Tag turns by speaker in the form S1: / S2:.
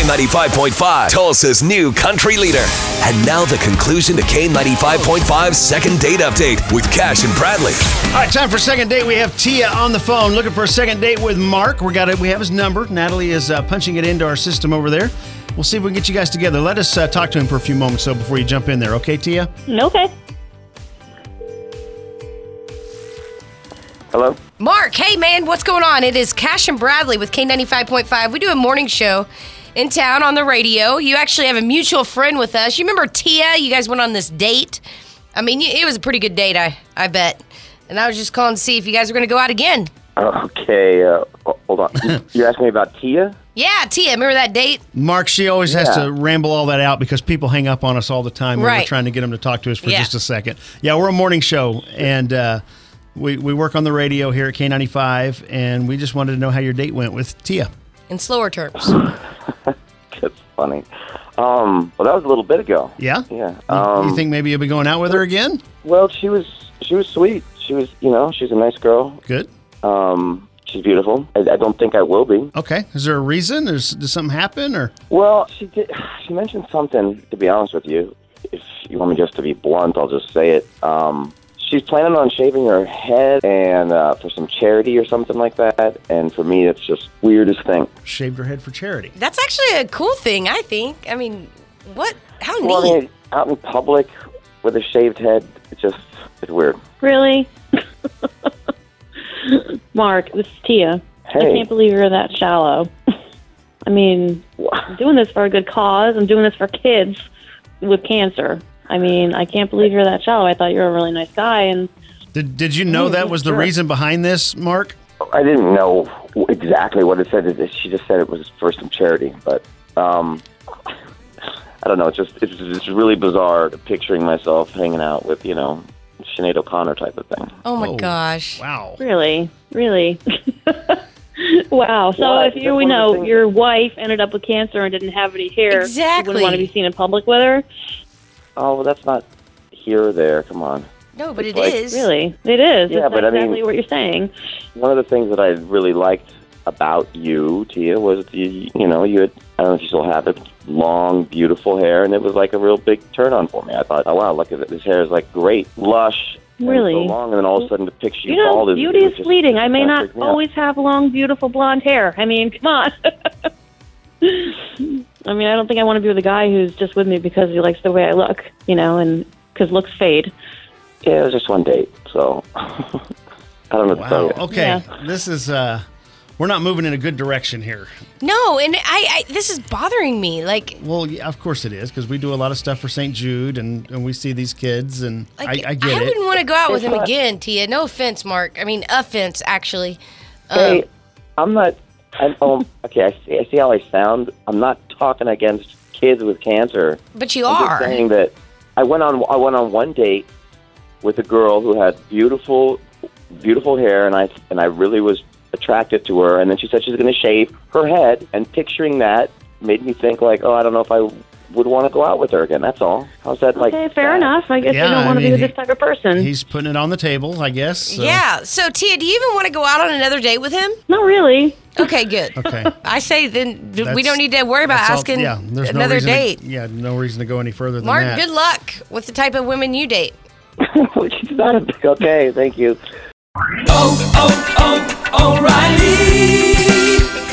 S1: K95.5, Tulsa's new country leader. And now the conclusion to K95.5's second date update with Cash and Bradley.
S2: All right, time for second date. We have Tia on the phone looking for a second date with Mark. We got it. We have his number. Natalie is uh, punching it into our system over there. We'll see if we can get you guys together. Let us uh, talk to him for a few moments though before you jump in there. Okay, Tia?
S3: Okay.
S4: Hello.
S5: Mark, hey man, what's going on? It is Cash and Bradley with K95.5. We do a morning show in town on the radio. You actually have a mutual friend with us. You remember Tia? You guys went on this date. I mean, y- it was a pretty good date, I, I bet. And I was just calling to see if you guys were going to go out again.
S4: Okay. Uh, ho- hold on. You- you asked me about Tia.
S5: Yeah, Tia, remember that date?
S2: Mark, she always has
S4: Yeah.
S2: to ramble all that out because people hang up on us all the time when we're
S5: Right.
S2: trying to get them to talk to us for
S5: Yeah.
S2: just a second. Yeah, we're a morning show and uh, we, we work on the radio here at K95, and we just wanted to know how your date went with Tia.
S5: In slower terms.
S4: That's funny. Um. Well, that was a little bit ago.
S2: Yeah? Mm-hmm.
S4: Yeah.
S2: You,
S4: Um,
S2: you think maybe you'll be going out with her again?
S4: Well, she was. She was sweet. She was. You know. She's a nice girl.
S2: Good.
S4: Um. She's beautiful. I, I don't think I will be.
S2: Okay. Is there a reason? Is, did something happen or?
S4: Well, she did. She mentioned something. To be honest with you, if you want me just to be blunt, I'll just say it. Um, she's planning on shaving her head and uh, for some charity or something like that. And for me, it's just weirdest thing.
S2: shaved her head for charity.
S5: That's actually a cool thing, I think. I mean, what? How neat.
S4: Well, I mean, out in public with a shaved head, it just it's weird.
S3: Really? Mark, this is Tia. I
S4: Hey,
S3: can't believe you're that shallow. I mean,
S4: wha-
S3: I'm doing this for a good cause. I'm doing this for kids with cancer. I mean, I can't believe you're that shallow. I thought you were a really nice guy, and
S2: Did Did you know
S3: Mm,
S2: that was the
S3: sure.
S2: reason behind this, Mark?
S4: I didn't know exactly what it said. It- She just said it was for some charity, but um, I don't know. It's just it's, it's really bizarre picturing myself hanging out with you know Sinead O'Connor type of thing.
S5: oh my
S2: Oh,
S5: gosh.
S2: Wow.
S3: really, really. wow. So
S4: Well,
S3: if
S4: that's
S3: you, we
S4: one
S3: know
S4: of the things-
S3: your wife ended up with cancer and didn't have any hair, you
S5: Exactly.
S3: wouldn't want to be seen in public with her.
S4: Oh, well, that's not here or there. Come on.
S5: No, but it
S4: like-
S5: is.
S3: Really, it is.
S4: Yeah,
S3: That's
S4: but I mean-
S3: exactly what you're saying.
S4: One of the things that I really liked about you, Tia, was you, you know you had I don't know if you still have it, long, beautiful hair, and it was like a real big turn on for me. I thought, oh wow, look at it. This hair is like great, lush, and
S3: Really?
S4: so long, and then all of a sudden to picture you,
S3: You know,
S4: bald is
S3: beauty
S4: it
S3: is
S4: just-
S3: fleeting. I may
S4: kinda
S3: not
S4: freaked me out.
S3: always have long, beautiful blonde hair. I mean, come on. I mean, I don't think I want to be with a guy who's just with me because he likes the way I look, you know, and because looks fade.
S4: Yeah, it was just one date, so I don't know. what to tell
S2: Wow.
S4: you.
S5: Oh.
S2: Okay. This is. uh We're not moving in a good direction here.
S5: No, and I, I this is bothering me. Like
S2: Well, yeah, of course it is because we do a lot of stuff for St. Jude, and, and we see these kids, and
S5: Like,
S2: I, I get it.
S5: wouldn't want to go out with him
S4: It's not-
S5: again, Tia. No offense, Mark. I mean, offense, actually. Um,
S4: Hey, I'm not. I'm, um, okay, I see, I see how I sound. I'm not talking against kids with cancer.
S5: but you
S4: I'm
S5: are.
S4: just saying that I went on I went on one date with a girl who had beautiful beautiful hair and I and I really was attracted to her and then she said she's going to shave her head and picturing that made me think like oh I don't know if I would want to go out with her again that's all how's that like
S3: okay, fair
S4: bad?
S3: enough. I guess
S2: Yeah,
S3: I don't
S2: I
S3: want to
S2: mean,
S3: be with
S2: he-
S3: this type of person.
S2: He's putting it on the table, I guess. so-
S5: Yeah. So, Tia, do you even want to go out on another date with him?
S3: Not really.
S5: Okay, good.
S2: Okay.
S5: I say then th- we
S2: That's-
S5: don't need to worry about
S2: That's all-
S5: asking
S2: yeah, there's no
S5: another
S2: reason to-
S5: date.
S2: yeah, no reason to go any further than
S5: Mark,
S2: that.
S5: good luck with the type of women you date.
S4: which is not a big okay thank you